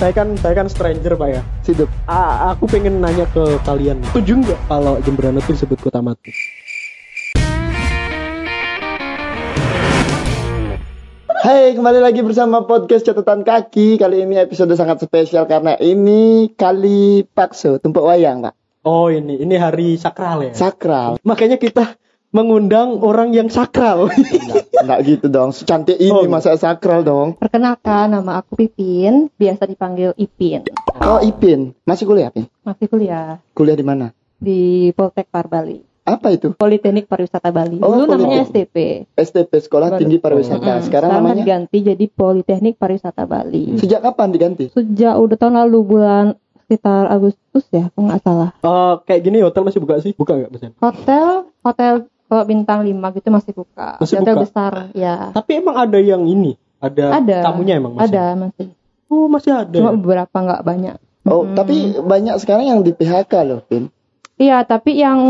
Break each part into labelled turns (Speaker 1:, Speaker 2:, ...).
Speaker 1: saya kan saya kan stranger pak ya
Speaker 2: Sidup.
Speaker 1: A- aku pengen nanya ke kalian setuju nggak kalau Jemberana itu disebut kota mati
Speaker 2: Hai, kembali lagi bersama podcast catatan kaki. Kali ini episode sangat spesial karena ini kali pakso, tempat wayang, Pak.
Speaker 1: oh ini ini hari sakral ya
Speaker 2: Sakral.
Speaker 1: makanya kita mengundang orang yang sakral Iya.
Speaker 2: Enggak, enggak gitu dong. Secantik ini
Speaker 1: Oh, gitu.
Speaker 2: masa sakral dong.
Speaker 3: Perkenalkan, nama aku Pipin, biasa dipanggil Ipin.
Speaker 2: Oh, Ipin, masih kuliah, Pin?
Speaker 3: Masih kuliah
Speaker 2: Kuliah di mana?
Speaker 3: di Poltek Par Bali,
Speaker 2: Apa itu?
Speaker 3: Politeknik Pariwisata Bali.
Speaker 2: Oh,
Speaker 3: Dulu namanya
Speaker 2: politeknik.
Speaker 3: STP.
Speaker 2: STP Sekolah
Speaker 1: Baru.
Speaker 2: Tinggi Pariwisata.
Speaker 3: Mm-mm. Mm.
Speaker 2: Sekarang
Speaker 3: kan
Speaker 2: namanya Hmm.
Speaker 3: ganti jadi Politeknik Pariwisata Bali.
Speaker 2: Sejak kapan diganti?
Speaker 3: Sejak udah tahun lalu bulan sekitar Agustus ya, kalau nggak salah.
Speaker 1: Eh, kayak gini hotel masih buka sih buka nggak pesan
Speaker 3: Hotel, hotel kalau bintang 5 gitu masih buka.
Speaker 1: Masih
Speaker 3: hotel
Speaker 1: buka?
Speaker 3: besar, ya.
Speaker 1: tapi emang ada yang ini ada,
Speaker 3: Ada.
Speaker 1: tamunya emang masih
Speaker 3: Ada masih.
Speaker 1: oh masih ada
Speaker 3: Cuma beberapa nggak banyak.
Speaker 2: ya? Oh,
Speaker 3: Mm-mm.
Speaker 2: tapi banyak sekarang yang di PHK loh, Pin.
Speaker 3: Iya, tapi yang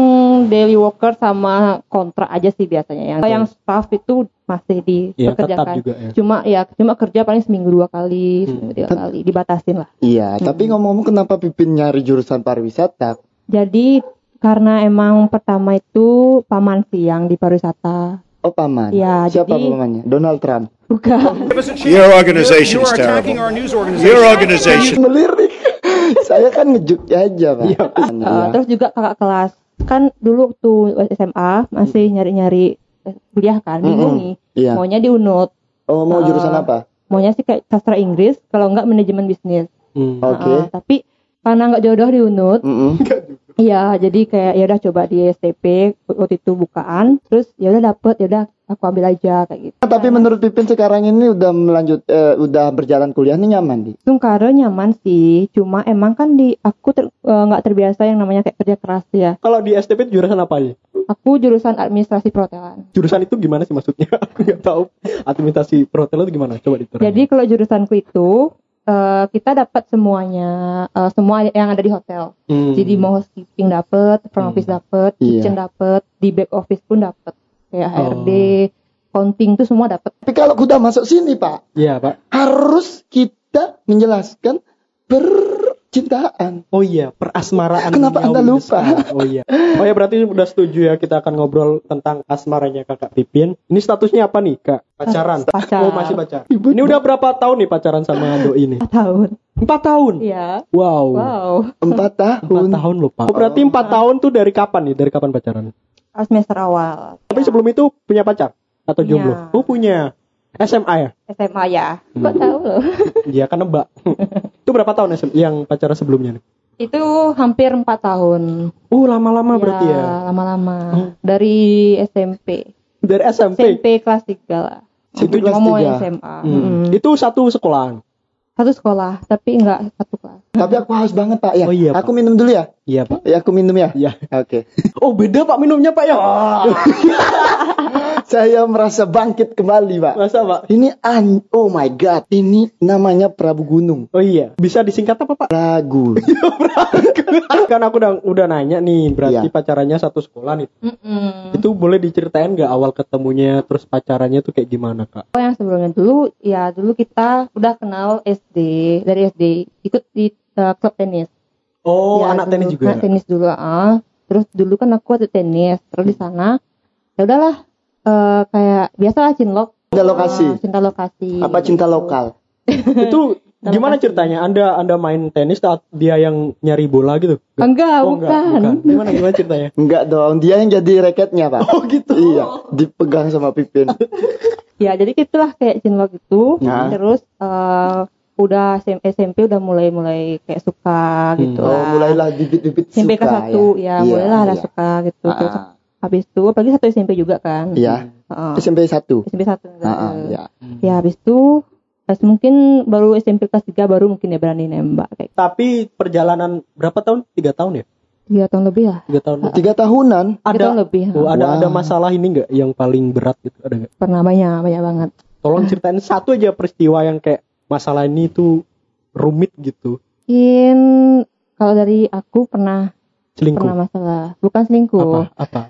Speaker 3: daily worker sama kontrak aja sih biasanya. Yang
Speaker 1: Betul.
Speaker 3: yang staff itu masih
Speaker 1: ya Iya. tetap
Speaker 3: dikerjakan.
Speaker 1: juga ya
Speaker 3: Cuma ya cuma kerja paling seminggu dua kali,
Speaker 1: Hmm.
Speaker 3: seminggu tiga kali, dibatasin lah.
Speaker 2: Iya, tapi
Speaker 3: Mm-mm.
Speaker 2: ngomong-ngomong kenapa Pipin nyari jurusan pariwisata?
Speaker 3: Jadi karena emang pertama itu paman siang di pariwisata.
Speaker 2: Oh, paman.
Speaker 3: Iya,
Speaker 2: Siapa
Speaker 3: jadi-
Speaker 2: pamannya? Donald Trump.
Speaker 3: Bukan.
Speaker 4: Your organization's terrible. Your organization.
Speaker 2: melirik. Saya kan ngejuk aja, Pak.
Speaker 1: Iya.
Speaker 3: Eh, terus juga kakak kelas. Kan dulu waktu SMA masih
Speaker 1: Hmm.
Speaker 3: nyari-nyari eh, kuliah kan, bingung
Speaker 2: Mm-mm.
Speaker 3: nih.
Speaker 2: Iya.
Speaker 3: Maunya di UNUT,
Speaker 2: Oh, mau jurusan
Speaker 3: Eh,
Speaker 2: apa?
Speaker 3: maunya sih kayak sastra Inggris, kalau enggak manajemen bisnis.
Speaker 1: Hmm.
Speaker 2: Oke.
Speaker 3: Heeh, tapi karena nggak jodoh di UNUT,
Speaker 2: Mm-mm.
Speaker 3: Iya, jadi kayak ya udah coba di STP waktu itu bukaan, terus ya udah dapet, ya udah aku ambil aja kayak
Speaker 1: Nah,
Speaker 3: gitu.
Speaker 2: Tapi menurut Pipin sekarang ini udah melanjut eh, udah berjalan kuliah nih nyaman di.
Speaker 3: Sungkara nyaman sih, cuma emang kan di aku ter- eh, nggak terbiasa yang namanya kayak kerja keras ya.
Speaker 1: kalau di STP jurusan apa aja
Speaker 3: Aku jurusan administrasi perhotelan.
Speaker 1: jurusan itu gimana sih maksudnya aku nggak tahu administrasi perhotelan itu gimana coba diterangin
Speaker 3: Jadi kalau jurusanku itu eh, kita dapat semuanya, eh, semua yang ada di hotel.
Speaker 1: Hmm.
Speaker 3: Jadi mau housekeeping dapet, front
Speaker 1: Hmm.
Speaker 3: office dapet,
Speaker 2: Iya.
Speaker 3: kitchen dapet, di back office pun dapet. Kayak
Speaker 1: Oh.
Speaker 3: HRD, counting tuh semua dapet.
Speaker 2: Tapi kalau udah masuk sini, Pak,
Speaker 1: Iya pak.
Speaker 2: harus kita menjelaskan percintaan.
Speaker 1: Oh iya perasmaraan.
Speaker 2: Kenapa
Speaker 1: Riau
Speaker 2: Anda
Speaker 1: ini
Speaker 2: lupa?
Speaker 1: sekarang. Oh iya. Oh ya berarti udah setuju ya kita akan ngobrol tentang asmaranya kakak Pipin. Ini statusnya apa nih kak? Pacaran.
Speaker 3: Pacar.
Speaker 1: Oh masih pacar. Ini udah berapa tahun nih pacaran sama Doi ini?
Speaker 3: Empat tahun.
Speaker 1: Empat tahun.
Speaker 3: Iya.
Speaker 1: Wow.
Speaker 3: Wow.
Speaker 2: Empat tahun.
Speaker 1: Empat tahun loh pak. Oh, berarti empat tahun tuh dari kapan nih? Dari kapan pacaran?
Speaker 3: Semester awal.
Speaker 1: Tapi sebelum itu punya pacar atau
Speaker 3: Punya.
Speaker 1: jomblo? Oh punya. SMA ya?
Speaker 3: SMA ya. Kok
Speaker 1: Hmm.
Speaker 3: tahu loh?
Speaker 1: Iya kan nebak. itu berapa tahun SM yang pacaran sebelumnya nih?
Speaker 3: Itu hampir 4 tahun.
Speaker 1: Oh lama-lama berarti ya.
Speaker 3: Lama-lama.
Speaker 1: Hmm.
Speaker 3: Dari SMP.
Speaker 1: Dari SMP.
Speaker 3: SMP kelas 3 lah.
Speaker 2: Sampai kelas
Speaker 3: Cuma mau
Speaker 2: tiga.
Speaker 3: SMA.
Speaker 1: Hmm.
Speaker 3: Mm.
Speaker 1: Itu satu sekolahan.
Speaker 3: Satu sekolah, tapi enggak satu kelas.
Speaker 2: Tapi aku haus banget, Pak, ya.
Speaker 1: Oh, iya, Pak.
Speaker 2: aku minum dulu ya.
Speaker 1: Iya pak.
Speaker 2: Ya, aku minum ya.
Speaker 1: Iya.
Speaker 2: Oke.
Speaker 1: Oh beda pak minumnya pak ya.
Speaker 2: Saya merasa bangkit kembali, Pak.
Speaker 1: Masa pak?
Speaker 2: Ini an oh my god, ini namanya Prabu Gunung.
Speaker 1: Oh iya. Bisa disingkat apa pak?
Speaker 2: Ragu.
Speaker 1: kan aku udah udah nanya nih. Berarti pacarannya satu sekolah nih.
Speaker 3: Mm-mm.
Speaker 1: Itu boleh diceritain nggak awal ketemunya terus pacarannya tuh kayak gimana kak?
Speaker 3: Oh, yang sebelumnya dulu, ya dulu kita udah kenal SD. Dari SD ikut di uh, klub tenis.
Speaker 1: Oh
Speaker 3: Ya,
Speaker 1: anak
Speaker 3: dulu.
Speaker 1: tenis juga.
Speaker 3: Anak tenis dulu, ah. Terus dulu kan aku ada tenis, terus di sana ya udahlah eh, kayak biasalah cinlok.
Speaker 2: Cinta lokasi.
Speaker 3: Ah, cinta lokasi.
Speaker 2: Apa cinta
Speaker 3: Gitu.
Speaker 2: lokal?
Speaker 1: itu
Speaker 3: Terima
Speaker 1: gimana
Speaker 3: kasih.
Speaker 1: ceritanya? Anda Anda main tenis saat dia yang nyari bola gitu?
Speaker 3: Enggak,
Speaker 1: Oh, enggak,
Speaker 3: bukan.
Speaker 1: Gimana gimana ceritanya?
Speaker 2: Enggak dong, dia yang jadi reketnya, Pak.
Speaker 1: Oh gitu.
Speaker 2: Iya, dipegang sama Pipin.
Speaker 3: Ya, jadi gitulah kayak cinlok gitu.
Speaker 2: Nah.
Speaker 3: Terus eh, udah SM SMP udah mulai-mulai kayak suka
Speaker 1: Hmm.
Speaker 3: gitu.
Speaker 2: Oh,
Speaker 3: lah.
Speaker 2: mulailah bibit-bibit suka.
Speaker 3: SMP ke satu
Speaker 2: Iya,
Speaker 3: ya, mulailah ada
Speaker 2: iya.
Speaker 3: suka gitu.
Speaker 2: Ah,
Speaker 3: Terus
Speaker 2: ah.
Speaker 3: habis itu apalagi satu SMP juga kan.
Speaker 2: Iya,
Speaker 3: Heeh.
Speaker 2: SMP 1.
Speaker 3: SMP satu.
Speaker 2: Heeh, iya.
Speaker 3: Ya habis itu pas mungkin baru SMP kelas 3 baru mungkin ya berani nembak kayak
Speaker 1: Tapi perjalanan berapa tahun? Tiga tahun ya?
Speaker 3: tiga tahun lebih lah.
Speaker 1: Tiga tahun.
Speaker 2: Tiga tahunan.
Speaker 3: Tiga tahun
Speaker 1: Ada
Speaker 3: lebih. ha.
Speaker 1: oh, ada
Speaker 2: Wah.
Speaker 1: ada masalah ini nggak yang paling berat gitu ada nggak?
Speaker 3: Pernah banyak banyak banget.
Speaker 1: Tolong ceritain satu aja peristiwa yang kayak masalah ini tuh rumit gitu
Speaker 3: Mungkin kalau dari aku pernah pernah
Speaker 1: selingkuh
Speaker 3: masalah bukan selingkuh.
Speaker 1: apa apa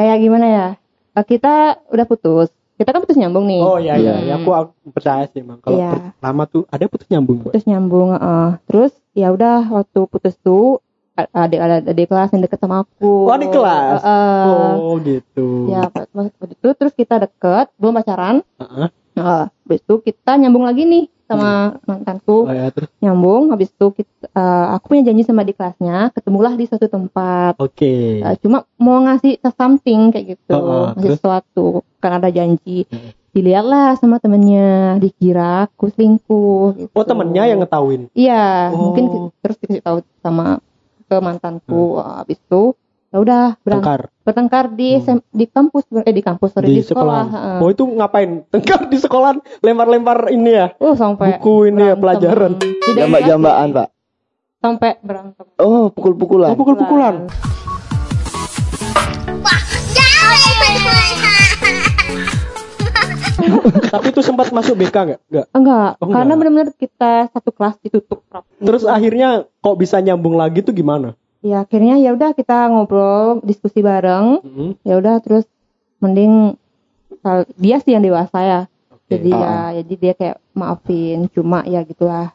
Speaker 3: Kayak gimana ya? Eh, Kita udah putus. Kita kan putus nyambung nih.
Speaker 1: Oh iya iya, iya.
Speaker 3: Hmm.
Speaker 1: aku, aku percaya sih emang kalau
Speaker 3: Iya.
Speaker 1: pertama tuh ada putus nyambung. Mbak.
Speaker 3: Putus nyambung. eh. Terus ya udah waktu putus tuh a- adik adik kelas yang deket sama aku.
Speaker 1: Oh, adik kelas?
Speaker 3: Eh, eh.
Speaker 1: oh gitu.
Speaker 3: Ya, pas- pas- waktu itu terus kita deket, belum pacaran.
Speaker 1: Heeh.
Speaker 3: Nah, habis itu kita nyambung lagi nih sama mantanku.
Speaker 1: Oh, ya, terus
Speaker 3: Nyambung, habis itu kita- eh, aku punya janji sama di kelasnya, ketemulah di suatu tempat.
Speaker 1: oke.
Speaker 3: Eh, cuma mau ngasih something kayak gitu,
Speaker 1: Iya. Oh, oh,
Speaker 3: ngasih
Speaker 1: terus?
Speaker 3: sesuatu karena ada janji.
Speaker 1: Hmm.
Speaker 3: Dilihatlah sama temennya, dikira aku selingkuh. Gitu.
Speaker 1: Oh temennya yang ngetahuin.
Speaker 3: Iya,
Speaker 1: Oh.
Speaker 3: mungkin ki- terus dikasih tahu sama ke mantanku. Habis itu ya udah berangkat
Speaker 1: Hmm. Tengkar
Speaker 3: bertengkar di
Speaker 1: Hmm.
Speaker 3: SM di kampus eh di kampus sorry,
Speaker 1: di
Speaker 3: di sekolah.
Speaker 1: sekolah.
Speaker 3: heeh.
Speaker 1: Oh itu ngapain? Tengkar di sekolah lempar-lempar ini ya.
Speaker 3: Oh sampai
Speaker 1: Buku ini ya,
Speaker 3: berantem.
Speaker 1: pelajaran.
Speaker 3: Tidak
Speaker 2: Jambak-jambaan,
Speaker 3: ingat
Speaker 2: Pak.
Speaker 3: sih, Sampai berantem.
Speaker 2: Oh, pukul-pukulan.
Speaker 1: Oh pukul-pukulan. Tapi itu sempat masuk BK nggak? Nggak.
Speaker 3: Enggak,
Speaker 1: Oh,
Speaker 3: karena
Speaker 1: enggak.
Speaker 3: benar-benar kita satu kelas ditutup. rapat.
Speaker 1: Terus akhirnya kok bisa nyambung lagi tuh gimana?
Speaker 3: Ya akhirnya ya udah kita ngobrol, diskusi bareng.
Speaker 1: Heeh.
Speaker 3: Ya udah terus mending kal- dia sih yang dewasa ya. Jadi ya jadi dia kayak maafin cuma ya gitulah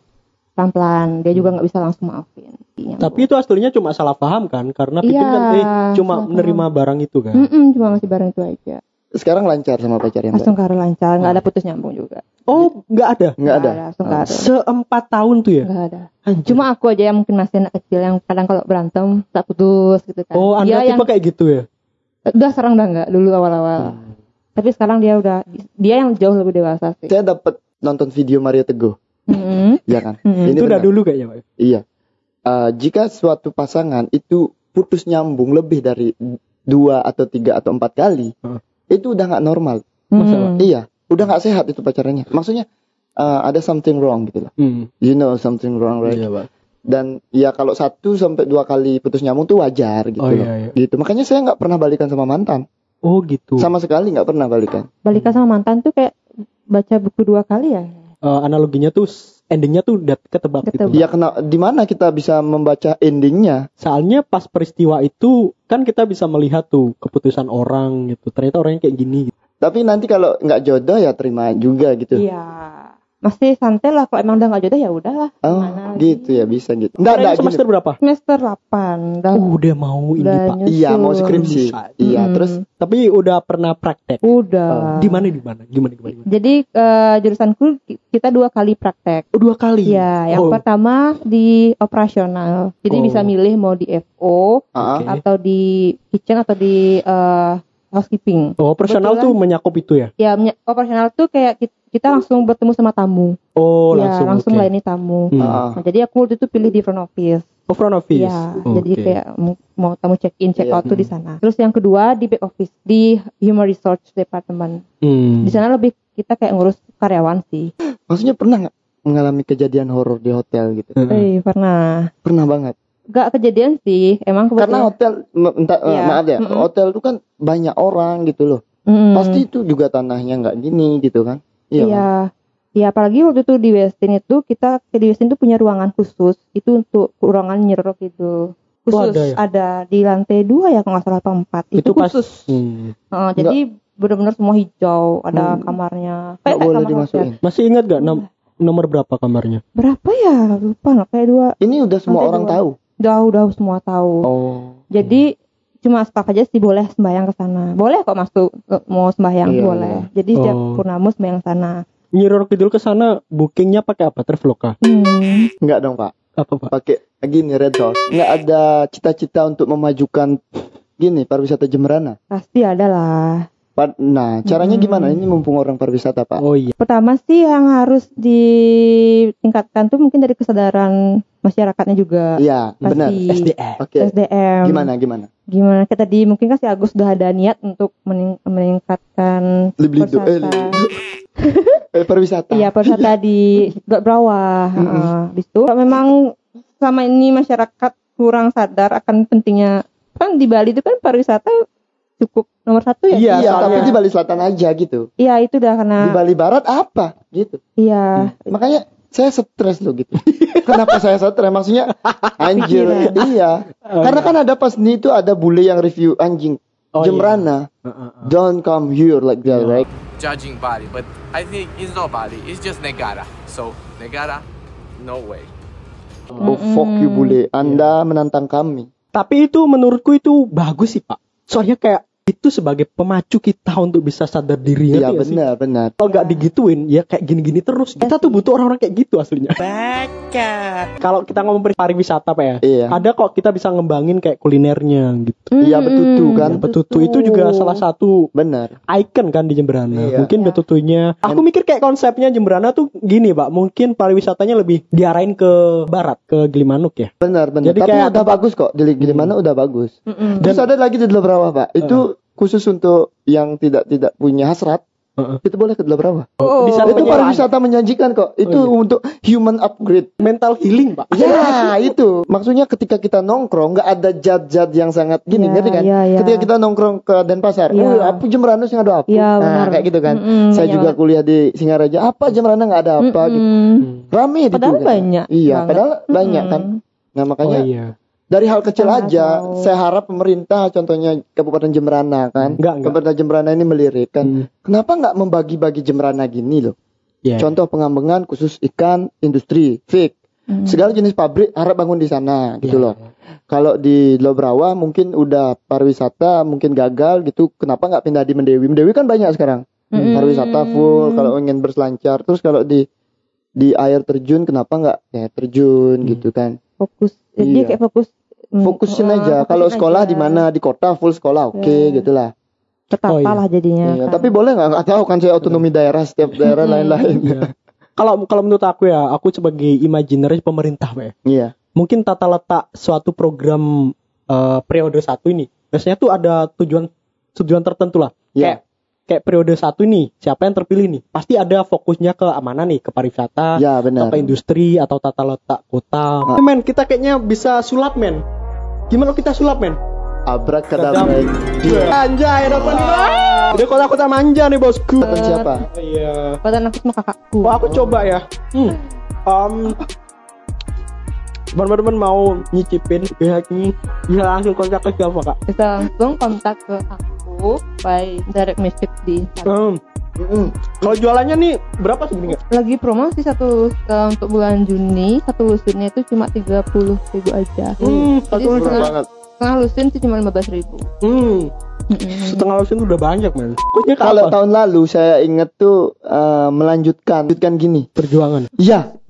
Speaker 3: pelan-pelan. Dia juga nggak bisa langsung maafin. Iya. Intinya.
Speaker 1: Tapi itu aslinya cuma salah paham kan? Karena Pipin
Speaker 3: Iya,
Speaker 1: kan eh,
Speaker 3: salah
Speaker 1: cuma
Speaker 3: paham. Hmm.
Speaker 1: menerima barang itu kan.
Speaker 3: Mm-mm, cuma masih bareng itu aja.
Speaker 2: Sekarang lancar sama pacarnya, Mbak?
Speaker 3: Langsung karena lancar, nggak ada
Speaker 1: Ah.
Speaker 3: putus nyambung juga.
Speaker 1: Oh nggak ada.
Speaker 2: Enggak ada.
Speaker 3: langsung nggak ada.
Speaker 1: Seempat tahun tuh ya.
Speaker 3: Nggak ada.
Speaker 1: Anjir.
Speaker 3: Cuma aku aja yang mungkin masih anak kecil yang kadang kalau berantem tak putus gitu kan.
Speaker 1: Oh
Speaker 3: dia
Speaker 1: anda
Speaker 3: yang
Speaker 1: tipe kayak gitu ya?
Speaker 3: udah sekarang udah enggak dulu awal-awal.
Speaker 1: Hmm.
Speaker 3: Tapi sekarang dia udah dia yang jauh lebih dewasa sih.
Speaker 2: Saya dapat nonton video Mario Teguh,
Speaker 3: Mm-mm.
Speaker 2: ya kan?
Speaker 3: Mm-mm.
Speaker 2: Ini
Speaker 1: Itu udah
Speaker 2: benar.
Speaker 1: dulu kayaknya Pak.
Speaker 2: Iya. Eh, jika suatu pasangan itu putus nyambung lebih dari dua atau tiga atau empat kali,
Speaker 3: Oh.
Speaker 1: Heeh.
Speaker 2: itu udah nggak normal.
Speaker 3: Mm-mm.
Speaker 2: Iya, udah nggak sehat itu pacarannya. Maksudnya eh, ada something wrong gitu loh.
Speaker 1: Hmm.
Speaker 2: You know something wrong, right?
Speaker 1: Iya, Pak.
Speaker 2: Dan ya kalau satu sampai dua kali putus nyambung tuh wajar gitu
Speaker 1: Oh
Speaker 2: loh.
Speaker 1: iya, iya.
Speaker 2: Gitu. Makanya saya nggak pernah balikan sama mantan.
Speaker 1: Oh gitu.
Speaker 2: Sama sekali nggak pernah balikan.
Speaker 3: Balikan sama mantan tuh kayak baca buku dua kali
Speaker 1: Eh,
Speaker 3: ya.
Speaker 1: analoginya tuh s- endingnya tuh udah ketebak, gitu.
Speaker 3: Ketebak.
Speaker 2: Ya kena di mana kita bisa membaca endingnya?
Speaker 1: Soalnya pas peristiwa itu kan kita bisa melihat tuh keputusan orang gitu. Ternyata orangnya kayak gini. Gitu.
Speaker 2: Tapi nanti kalau nggak jodoh ya terima juga gitu.
Speaker 3: Iya. Masih santai lah kalau emang udah nggak jodoh ya udahlah.
Speaker 2: Oh,
Speaker 3: Gimana lagi?
Speaker 2: gitu ya bisa gitu. Enggak,
Speaker 1: Kalian
Speaker 2: enggak gini.
Speaker 1: semester berapa?
Speaker 3: Semester 8 udah
Speaker 1: Oh, udah mau ini
Speaker 3: udah
Speaker 1: Pak.
Speaker 3: nyusul.
Speaker 2: Iya, mau skripsi.
Speaker 1: Bisa.
Speaker 2: Iya,
Speaker 3: Mm-mm.
Speaker 2: terus
Speaker 1: Tapi udah pernah praktek.
Speaker 3: udah.
Speaker 1: Oh, Di mana di mana? Gimana gimana? gimana?
Speaker 3: Jadi eh, jurusanku ki- kita dua kali praktek.
Speaker 1: Oh, dua kali.
Speaker 3: Ya, yang
Speaker 1: Oh.
Speaker 3: pertama di operasional. Jadi
Speaker 1: Oh.
Speaker 3: bisa milih mau di FO
Speaker 2: ah,
Speaker 1: Oke.
Speaker 3: atau di kitchen atau di eh, housekeeping.
Speaker 1: Oh, personal tuh
Speaker 3: Kebetulan-
Speaker 1: menyakup itu ya.
Speaker 3: Ya, menye- operasional tuh kayak ki- kita langsung bertemu sama tamu.
Speaker 1: Oh,
Speaker 3: ya,
Speaker 1: langsung.
Speaker 3: langsung
Speaker 1: oke.
Speaker 3: layani tamu.
Speaker 1: Hmm.
Speaker 2: ah.
Speaker 3: Nah, jadi aku waktu itu pilih di front office.
Speaker 1: Oh, front office.
Speaker 3: Ya,
Speaker 1: Oke.
Speaker 3: jadi kayak mu- mau tamu check in, check
Speaker 2: Iya.
Speaker 3: out tuh di
Speaker 1: Hmm.
Speaker 3: sana. Terus yang kedua di back office di human resource department.
Speaker 1: Hmm.
Speaker 3: Di sana lebih kita kayak ngurus karyawan sih.
Speaker 2: Maksudnya pernah nggak mengalami kejadian horor di hotel gitu?
Speaker 1: Heeh.
Speaker 3: Eh, pernah.
Speaker 2: Pernah banget.
Speaker 3: Gak kejadian sih, emang
Speaker 2: Karena
Speaker 3: kebetulan.
Speaker 2: hotel ma- entah, eh,
Speaker 3: Iya.
Speaker 2: maaf ya,
Speaker 3: Mm-mm.
Speaker 2: hotel itu kan banyak orang gitu loh.
Speaker 3: Mm,
Speaker 2: Pasti itu juga tanahnya nggak gini gitu kan?
Speaker 3: Iya.
Speaker 2: kan?
Speaker 3: Iya, apalagi waktu itu di Westin itu kita di Westin itu punya ruangan khusus itu untuk ruangan nyerok itu. Khusus
Speaker 1: ada ya?
Speaker 3: di lantai dua ya kalau nggak salah apa empat.
Speaker 1: Itu
Speaker 3: Itu,
Speaker 1: pas-
Speaker 3: khusus.
Speaker 1: Hmm.
Speaker 3: Eh, jadi benar-benar semua hijau, ada
Speaker 2: Nggak
Speaker 3: kamarnya. Kayak- kayak
Speaker 2: boleh
Speaker 3: kamar
Speaker 2: dimasukin.
Speaker 3: hotel.
Speaker 1: Masih ingat gak nom- nomor berapa kamarnya?
Speaker 3: Berapa ya? Lupa lah kayak dua.
Speaker 2: Ini udah semua
Speaker 3: Lantai
Speaker 2: orang
Speaker 3: dua.
Speaker 2: tahu.
Speaker 3: Udah udah semua tahu.
Speaker 2: Oh.
Speaker 3: Jadi cuma staff aja sih boleh sembahyang ke sana. Boleh kok masuk eh, mau sembahyang
Speaker 2: Iya,
Speaker 3: boleh. Jadi setiap
Speaker 1: Oh.
Speaker 3: purnamu sembahyang sana.
Speaker 1: Nyiror Kidul ke sana bookingnya pakai apa? Traveloka?
Speaker 3: Hmm.
Speaker 2: Enggak dong, Pak.
Speaker 1: Apa, Pak?
Speaker 2: Pakai gini Red Door. Enggak ada cita-cita untuk memajukan gini pariwisata Jemberana.
Speaker 3: Pasti ada lah.
Speaker 2: Pa- Nah, caranya
Speaker 3: Hmm.
Speaker 2: gimana? Ini mumpung orang pariwisata, Pak.
Speaker 1: Oh iya.
Speaker 3: Pertama sih yang harus ditingkatkan tuh mungkin dari kesadaran masyarakatnya juga.
Speaker 2: Iya,
Speaker 3: Pasti
Speaker 2: benar.
Speaker 1: SDR.
Speaker 2: Oke.
Speaker 3: SDM.
Speaker 2: Iya. Gimana gimana?
Speaker 3: Gimana? Kayak tadi mungkin kan si Agus udah ada niat untuk mening- meningkatkan
Speaker 2: Lebih lidu. Eh,
Speaker 3: Pariwisata.
Speaker 2: lidu. Eh, pariwisata.
Speaker 3: Iya pariwisata di Blok Brawa.
Speaker 2: Mm-mm.
Speaker 3: Heeh. Habis itu kalau memang selama ini masyarakat kurang sadar akan pentingnya kan di Bali itu kan pariwisata cukup nomor satu
Speaker 1: Iya,
Speaker 3: ya.
Speaker 2: Iya, tapi
Speaker 1: soalnya-
Speaker 2: di Bali Selatan aja gitu.
Speaker 3: Iya itu udah karena
Speaker 2: Di Bali Barat apa gitu.
Speaker 3: iya
Speaker 2: Makanya saya stres loh gitu. Kenapa saya stres? Maksudnya anjir.
Speaker 3: Pikiran.
Speaker 2: iya. Karena kan ada pas nih itu ada bule yang review anjing.
Speaker 1: Oh, iya.
Speaker 2: Jemrana, ah.
Speaker 1: Heeh, heeh.
Speaker 2: don't come here like that, right?
Speaker 5: judging body, but I think it's not body, it's just negara. So negara, no way.
Speaker 2: Oh, fuck you bule. Anda
Speaker 1: Iya.
Speaker 2: menantang kami.
Speaker 1: Tapi itu menurutku itu bagus sih pak. Soalnya kayak itu sebagai pemacu kita untuk bisa sadar diri
Speaker 2: Iya benar, benar.
Speaker 1: Kalau nggak digituin ya kayak gini-gini terus. Kita tuh butuh orang-orang kayak gitu aslinya. Kalau kita ngomong per- pariwisata pak ya.
Speaker 2: Iya.
Speaker 1: Ada kok kita bisa ngembangin kayak kulinernya gitu.
Speaker 2: Iya betutu kan.
Speaker 1: Dan betutu itu juga salah satu
Speaker 2: Benar.
Speaker 1: icon kan di Jemberana.
Speaker 2: Iya.
Speaker 1: Mungkin
Speaker 3: Iya.
Speaker 1: betutunya. Aku mikir kayak konsepnya Jemberana tuh gini, Pak. Mungkin pariwisatanya lebih diarahin ke barat, ke Gilimanuk ya.
Speaker 2: Benar, benar.
Speaker 1: Jadi
Speaker 2: Tapi
Speaker 1: kayak- Hmm.
Speaker 2: udah bagus kok. Di Gimana udah bagus. Terus ada lagi di Delabrawa, Pak. Itu khusus untuk yang tidak tidak punya hasrat.
Speaker 1: Heeh.
Speaker 2: Itu boleh ke Delabrawa.
Speaker 1: Di sana
Speaker 2: itu
Speaker 1: penyewaan.
Speaker 2: pariwisata menjanjikan kok.
Speaker 1: Oh,
Speaker 2: Itu
Speaker 1: iya.
Speaker 2: untuk human upgrade.
Speaker 1: mental healing, Pak.
Speaker 2: Ya itu maksudnya ketika kita nongkrong nggak ada jad-jad yang sangat gini
Speaker 3: Ya,
Speaker 2: ngerti kan?
Speaker 3: ya, ya.
Speaker 2: Ketika kita nongkrong ke Denpasar,
Speaker 3: Ya.
Speaker 2: oh apa Jemberanus nggak ada apa? nah
Speaker 3: Ya, benar.
Speaker 2: kayak gitu kan?
Speaker 3: Mm-mm, ya.
Speaker 2: Saya
Speaker 3: banyak
Speaker 2: juga
Speaker 3: banget.
Speaker 2: kuliah di Singaraja, apa Jemberana nggak ada apa? Gitu. Rame itu
Speaker 3: Padahal
Speaker 2: juga.
Speaker 3: banyak
Speaker 2: Iya,
Speaker 3: banget.
Speaker 2: padahal banyak kan? Nah
Speaker 1: Oh,
Speaker 2: makanya
Speaker 1: iya.
Speaker 2: dari hal kecil
Speaker 3: Nggak
Speaker 2: aja,
Speaker 3: tahu.
Speaker 2: saya harap pemerintah, contohnya Kabupaten Jemberana kan,
Speaker 1: Nggak, nggak.
Speaker 2: Pemerintah Jemberana ini melirik kan,
Speaker 1: Hmm.
Speaker 2: kenapa nggak membagi-bagi Jemberana gini loh?
Speaker 1: Iya.
Speaker 2: Contoh pengambengan khusus ikan industri, fik.
Speaker 3: Hmm.
Speaker 2: Segala jenis pabrik harap bangun di sana gitu
Speaker 1: Iya.
Speaker 2: loh. Kalau di Lobrawa mungkin udah pariwisata mungkin gagal gitu. Kenapa nggak pindah di Mendewi? Mendewi kan banyak sekarang.
Speaker 3: Mm-mm.
Speaker 2: Pariwisata full kalau ingin berselancar. Terus kalau di di air terjun kenapa nggak ya terjun gitu kan.
Speaker 3: fokus eh, dia
Speaker 2: Iya.
Speaker 3: kayak fokus mm,
Speaker 2: Fokusin
Speaker 3: eh,
Speaker 2: aja.
Speaker 3: fokusin
Speaker 2: Kalau sekolah
Speaker 3: aja.
Speaker 2: di mana di kota full sekolah oke
Speaker 3: Iya.
Speaker 2: gitu lah.
Speaker 3: ketata
Speaker 1: Oh, iya.
Speaker 3: lah jadinya
Speaker 2: Iya,
Speaker 3: kan.
Speaker 2: Tapi boleh nggak? Nggak tahu kan saya otonomi daerah setiap daerah lain-lain.
Speaker 1: Iya. Kalau kalau menurut aku ya, aku sebagai imaginary pemerintah, Pak. ya.
Speaker 2: Iya.
Speaker 1: Mungkin tata letak suatu program eh, periode satu ini, biasanya tuh ada tujuan tujuan tertentu lah.
Speaker 2: Iya.
Speaker 1: Kayak kayak periode satu ini, siapa yang terpilih nih? Pasti ada fokusnya ke amanah nih, ke pariwisata,
Speaker 2: Ya benar.
Speaker 1: apa industri atau tata letak kota.
Speaker 2: Nah.
Speaker 1: Men, kita kayaknya bisa sulap men. Gimana kalau kita sulap men?
Speaker 2: Abrakadabra. Iya.
Speaker 1: Anjay, dapat nih bang. Udah kota-kota manja nih bosku.
Speaker 2: Temen siapa?
Speaker 1: Iya.
Speaker 3: Padahal aku sama kakakku
Speaker 1: Wah, aku coba ya. Hmm. Um, Teman-teman mau nyicipin ya ini bisa langsung kontak ke siapa kak?
Speaker 3: bisa langsung kontak ke aku by direct message di Instagram.
Speaker 1: Hmm.
Speaker 2: Mm-mm.
Speaker 1: Kalau jualannya nih berapa sebenarnya?
Speaker 3: lagi promosi satu eh, untuk bulan Juni satu lusinnya itu cuma 30 ribu aja
Speaker 1: Hmm,
Speaker 3: Jadi
Speaker 1: satu
Speaker 2: Murah
Speaker 3: setengah,
Speaker 2: banget.
Speaker 3: setengah lusin itu cuma 15 ribu
Speaker 1: Hmm. Setengah lusin udah banyak men. Kok
Speaker 2: Kalau
Speaker 1: kalau
Speaker 2: tahun lalu saya inget tuh eh, melanjutkan, lanjutkan gini.
Speaker 1: perjuangan?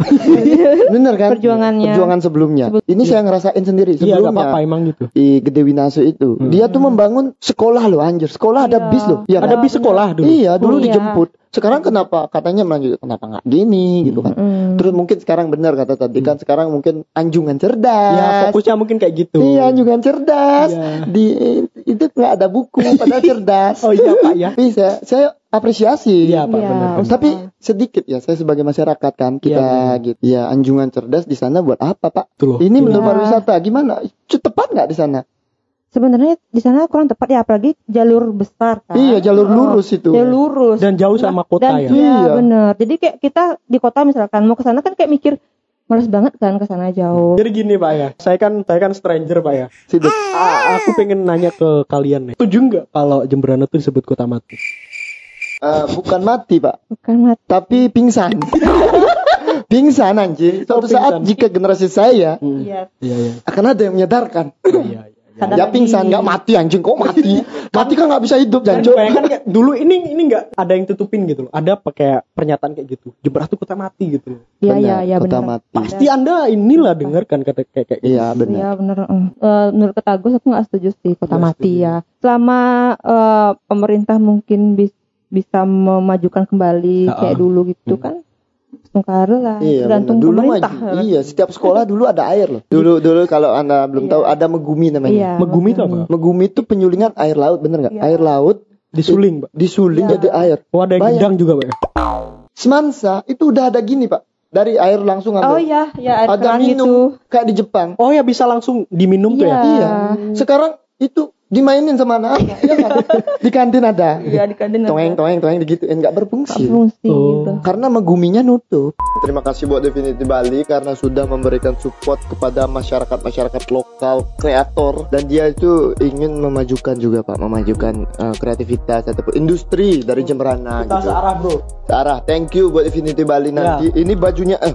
Speaker 2: Iya, bener kan?
Speaker 3: Perjuangannya.
Speaker 2: Perjuangan sebelumnya.
Speaker 3: Sebelum-
Speaker 2: Ini saya ngerasain sendiri
Speaker 1: Iya gak apa-apa Hmm.
Speaker 2: sebelumnya.
Speaker 1: emang gitu.
Speaker 2: di Gede Winasu itu, dia tuh membangun sekolah loh anjir. Sekolah ada
Speaker 3: Iya.
Speaker 2: bis loh. Iya,
Speaker 1: Ada
Speaker 2: kan?
Speaker 1: bis Oh, sekolah dulu.
Speaker 2: Iya, dulu
Speaker 3: Iya.
Speaker 2: dijemput. Sekarang kenapa katanya melanjutkan kenapa nggak gini gitu kan?
Speaker 1: Hmm.
Speaker 2: Terus mungkin sekarang benar kata tadi kan sekarang mungkin anjungan cerdas.
Speaker 1: Ya fokusnya mungkin kayak gitu.
Speaker 2: Iya, anjungan cerdas.
Speaker 1: Iya.
Speaker 2: Di itu nggak ada buku padahal cerdas.
Speaker 1: Oh iya pak ya.
Speaker 2: Bisa, saya apresiasi.
Speaker 1: Iya pak
Speaker 3: Iya.
Speaker 1: benar.
Speaker 3: Oh,
Speaker 2: Tapi sedikit ya saya sebagai masyarakat kan
Speaker 3: Iya,
Speaker 2: kita gitu. Ya anjungan cerdas di sana buat apa
Speaker 1: Itu
Speaker 2: pak?
Speaker 1: Gitu loh.
Speaker 2: Ini menurut
Speaker 3: Iya.
Speaker 2: pariwisata gimana? Cu- Tepat nggak di sana?
Speaker 3: sebenarnya di sana kurang tepat ya apalagi jalur besar kan
Speaker 2: Iya jalur
Speaker 3: Oh,
Speaker 2: lurus itu.
Speaker 3: jalur lurus
Speaker 1: Dan jauh sama kota ya.
Speaker 3: dan iya
Speaker 2: Iya.
Speaker 3: bener jadi kayak kita di kota misalkan mau ke sana kan kayak mikir males banget kan ke sana
Speaker 2: Iya.
Speaker 3: jauh
Speaker 1: Jadi gini pak ya, saya kan saya kan stranger pak ya.
Speaker 2: Situ.
Speaker 3: Ah.
Speaker 1: A- aku pengen nanya ke kalian nih, setuju nggak kalau Jemberana tuh disebut kota mati?
Speaker 2: Eh, bukan mati pak,
Speaker 3: bukan mati
Speaker 2: tapi pingsan. pingsan anjir. Suatu
Speaker 1: Oh, pingsan.
Speaker 2: saat jika generasi saya
Speaker 3: Iya.
Speaker 1: Iya iya.
Speaker 2: akan ada yang menyadarkan.
Speaker 1: Iya iya.
Speaker 3: Sadar
Speaker 2: ya
Speaker 3: lagi.
Speaker 2: pingsan nggak mati anjing kok mati? mati kan nggak bisa hidup
Speaker 1: Dan
Speaker 2: jancok.
Speaker 1: bayangkan kayak dulu ini ini nggak ada yang tutupin gitu loh. Ada apa kayak pernyataan kayak gitu. Jemberana tuh kota mati gitu loh.
Speaker 3: iya iya iya
Speaker 2: kota
Speaker 3: bener
Speaker 2: mati.
Speaker 1: Pasti anda inilah dengarkan kata kayak kayak gitu.
Speaker 2: Iya benar.
Speaker 3: Iya benar. menurut kata Agus aku nggak setuju sih kota
Speaker 1: Nggak
Speaker 3: mati
Speaker 1: setuju.
Speaker 3: ya. Selama eh, pemerintah mungkin bis- bisa memajukan kembali
Speaker 1: Ha-ha.
Speaker 3: kayak dulu gitu kan. Sungkaru lah.
Speaker 2: Hmm. Iya,
Speaker 3: Tergantung
Speaker 2: benar. dulu
Speaker 3: pemerintah.
Speaker 2: maju- Iya, setiap sekolah dulu ada air loh. Dulu dulu kalau Anda belum
Speaker 3: Iya.
Speaker 2: tahu ada megumi namanya.
Speaker 3: Iya,
Speaker 1: Megumi itu
Speaker 3: makanya.
Speaker 1: apa?
Speaker 2: Megumi itu penyulingan air laut, bener nggak?
Speaker 3: Iya.
Speaker 2: Air laut
Speaker 1: Disuling pak.
Speaker 2: disuling
Speaker 3: Iya.
Speaker 2: jadi air.
Speaker 1: Oh ada yang
Speaker 2: Bayang.
Speaker 1: gedang juga pak. ya?
Speaker 2: Semansa itu udah ada gini pak, dari air langsung
Speaker 3: Oh
Speaker 2: ambil.
Speaker 3: iya, ya air
Speaker 2: ada
Speaker 3: keran
Speaker 2: minum
Speaker 3: gitu.
Speaker 2: kayak di Jepang.
Speaker 1: Oh ya bisa langsung diminum tuh ya.
Speaker 3: Iya.
Speaker 2: Sekarang itu dimainin sama anak-anak ya kan? di kantin ada
Speaker 6: Iya di kantin.
Speaker 2: toeng toeng toeng digituin nggak berfungsi
Speaker 3: fungsi
Speaker 1: Oh.
Speaker 3: gitu.
Speaker 2: karena meguminya nutup. Terima kasih buat Definity Bali karena sudah memberikan support kepada masyarakat-masyarakat lokal kreator dan dia itu ingin memajukan juga Pak, memajukan eh, kreativitas ataupun industri dari Jemberana
Speaker 1: Kita
Speaker 2: gitu.
Speaker 1: searah bro.
Speaker 2: Sarah, thank you buat Definity
Speaker 1: Ya.
Speaker 2: Bali nanti. Ini bajunya eh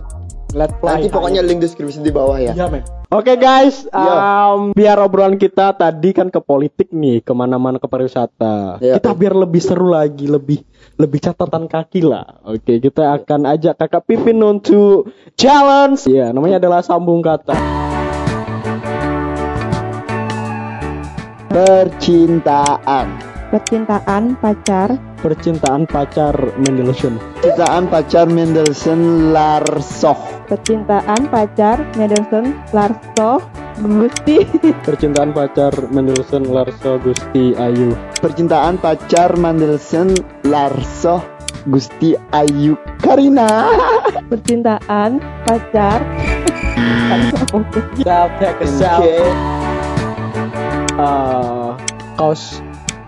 Speaker 1: Let's
Speaker 2: nanti pokoknya link deskripsi di bawah ya.
Speaker 1: Iya, men. Oke guys,
Speaker 2: Iya.
Speaker 1: um, biar obrolan kita tadi kan ke politik nih, kemana-mana ke pariwisata.
Speaker 2: Iya.
Speaker 1: Kita biar lebih seru lagi, lebih lebih catatan kaki lah. Oke, kita akan ajak kakak Pipin untuk challenge. Iya, namanya adalah sambung kata.
Speaker 2: Percintaan.
Speaker 3: Percintaan, pacar,
Speaker 1: Percintaan pacar Mendelssohn.
Speaker 2: Percintaan pacar Mendelssohn Larsoh.
Speaker 3: percintaan, pacar, Mendelssohn, Larso, Gusti,
Speaker 1: Percintaan pacar Mendelssohn Larso Gusti Ayu.
Speaker 2: Percintaan pacar Mendelssohn Larsoh Gusti Ayu Karina.
Speaker 3: percintaan, pacar. Oke.
Speaker 2: Oke.
Speaker 1: Ah, kaos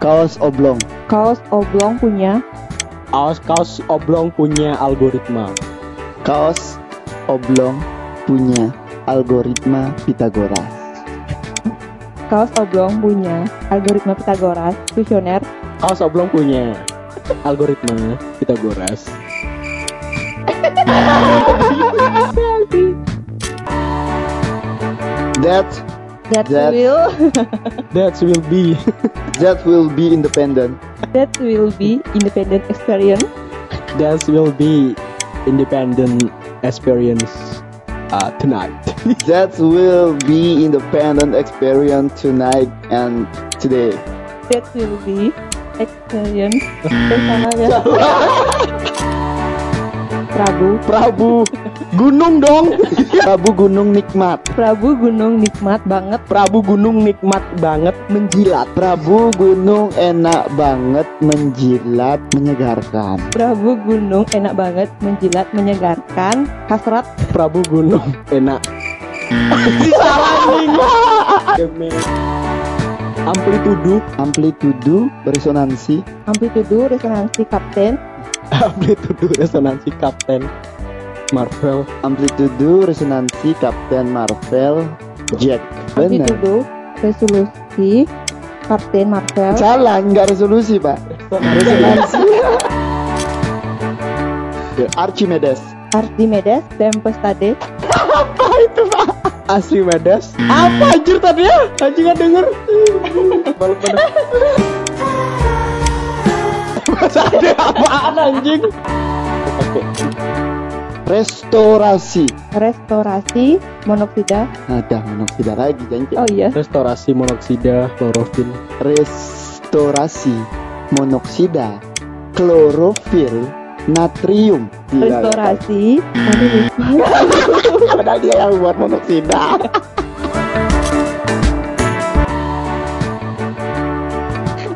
Speaker 2: Kaos oblong.
Speaker 3: Kaos oblong punya
Speaker 1: kaos kaos oblong punya algoritma.
Speaker 2: Kaos oblong punya algoritma Pitagoras.
Speaker 3: kaos oblong punya algoritma Pitagoras, kuesioner,
Speaker 1: Kaos oblong punya algoritma Pitagoras.
Speaker 2: That
Speaker 3: that,
Speaker 2: That-
Speaker 3: will
Speaker 1: That will be
Speaker 2: that will be independent.
Speaker 3: that will be independent experience.
Speaker 1: that will be independent experience uh, tonight.
Speaker 2: That will be independent experience tonight and today.
Speaker 3: That will be experience ya. bersamanya. Prabu,
Speaker 2: Prabu Gunung dong. Prabu Gunung nikmat.
Speaker 3: Prabu Gunung nikmat banget.
Speaker 1: Prabu Gunung nikmat banget menjilat.
Speaker 2: Prabu Gunung enak banget menjilat menyegarkan.
Speaker 3: Prabu Gunung enak banget menjilat menyegarkan hasrat
Speaker 1: Prabu Gunung enak. Amplitudo,
Speaker 2: Amplitudo beresonansi
Speaker 3: amplitudo resonansi kapten
Speaker 1: amplitudo resonansi Kapten Marvel.
Speaker 2: Amplitudo resonansi Kapten Marvel Jack. Benar.
Speaker 3: amplitudo resolusi kapten Marvel
Speaker 2: Salah, nggak resolusi pak. Resonansi. Archimedes.
Speaker 3: Archimedes Tempestade
Speaker 1: Archimedes. Apa anjir tadi ya? Anjing nggak denger. Balik bener. Mas ada apaan anjing? Oke.
Speaker 2: Restorasi.
Speaker 3: restorasi monoksida
Speaker 2: Ada monoksida lagi janji.
Speaker 3: oh iya
Speaker 1: Restorasi monoksida klorofil.
Speaker 2: Restorasi monoksida klorofil natrium. Gila,
Speaker 3: restorasi Aduh, lupa.
Speaker 2: ya. Padahal dia yang buat monoksida.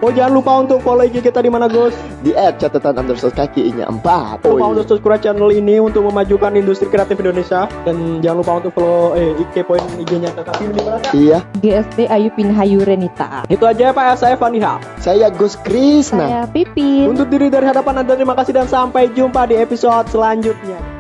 Speaker 1: Oh jangan lupa untuk follow IG kita di mana Gus.
Speaker 2: Di add catatan underscore kaki nya empat.
Speaker 1: Jangan lupa
Speaker 2: Oh, iya.
Speaker 1: untuk subscribe channel ini untuk memajukan industri kreatif Indonesia dan jangan lupa untuk follow eh, IG poin IG-nya Kakak Pim di mana, Kak?
Speaker 2: Iya,
Speaker 3: GST Ayu Pinhayu Renita
Speaker 1: Itu aja ya Pak saya Faniha.
Speaker 2: saya Gus Krisna.
Speaker 3: saya Pipin
Speaker 1: Untuk diri dari hadapan Anda terima kasih dan sampai jumpa di episode selanjutnya.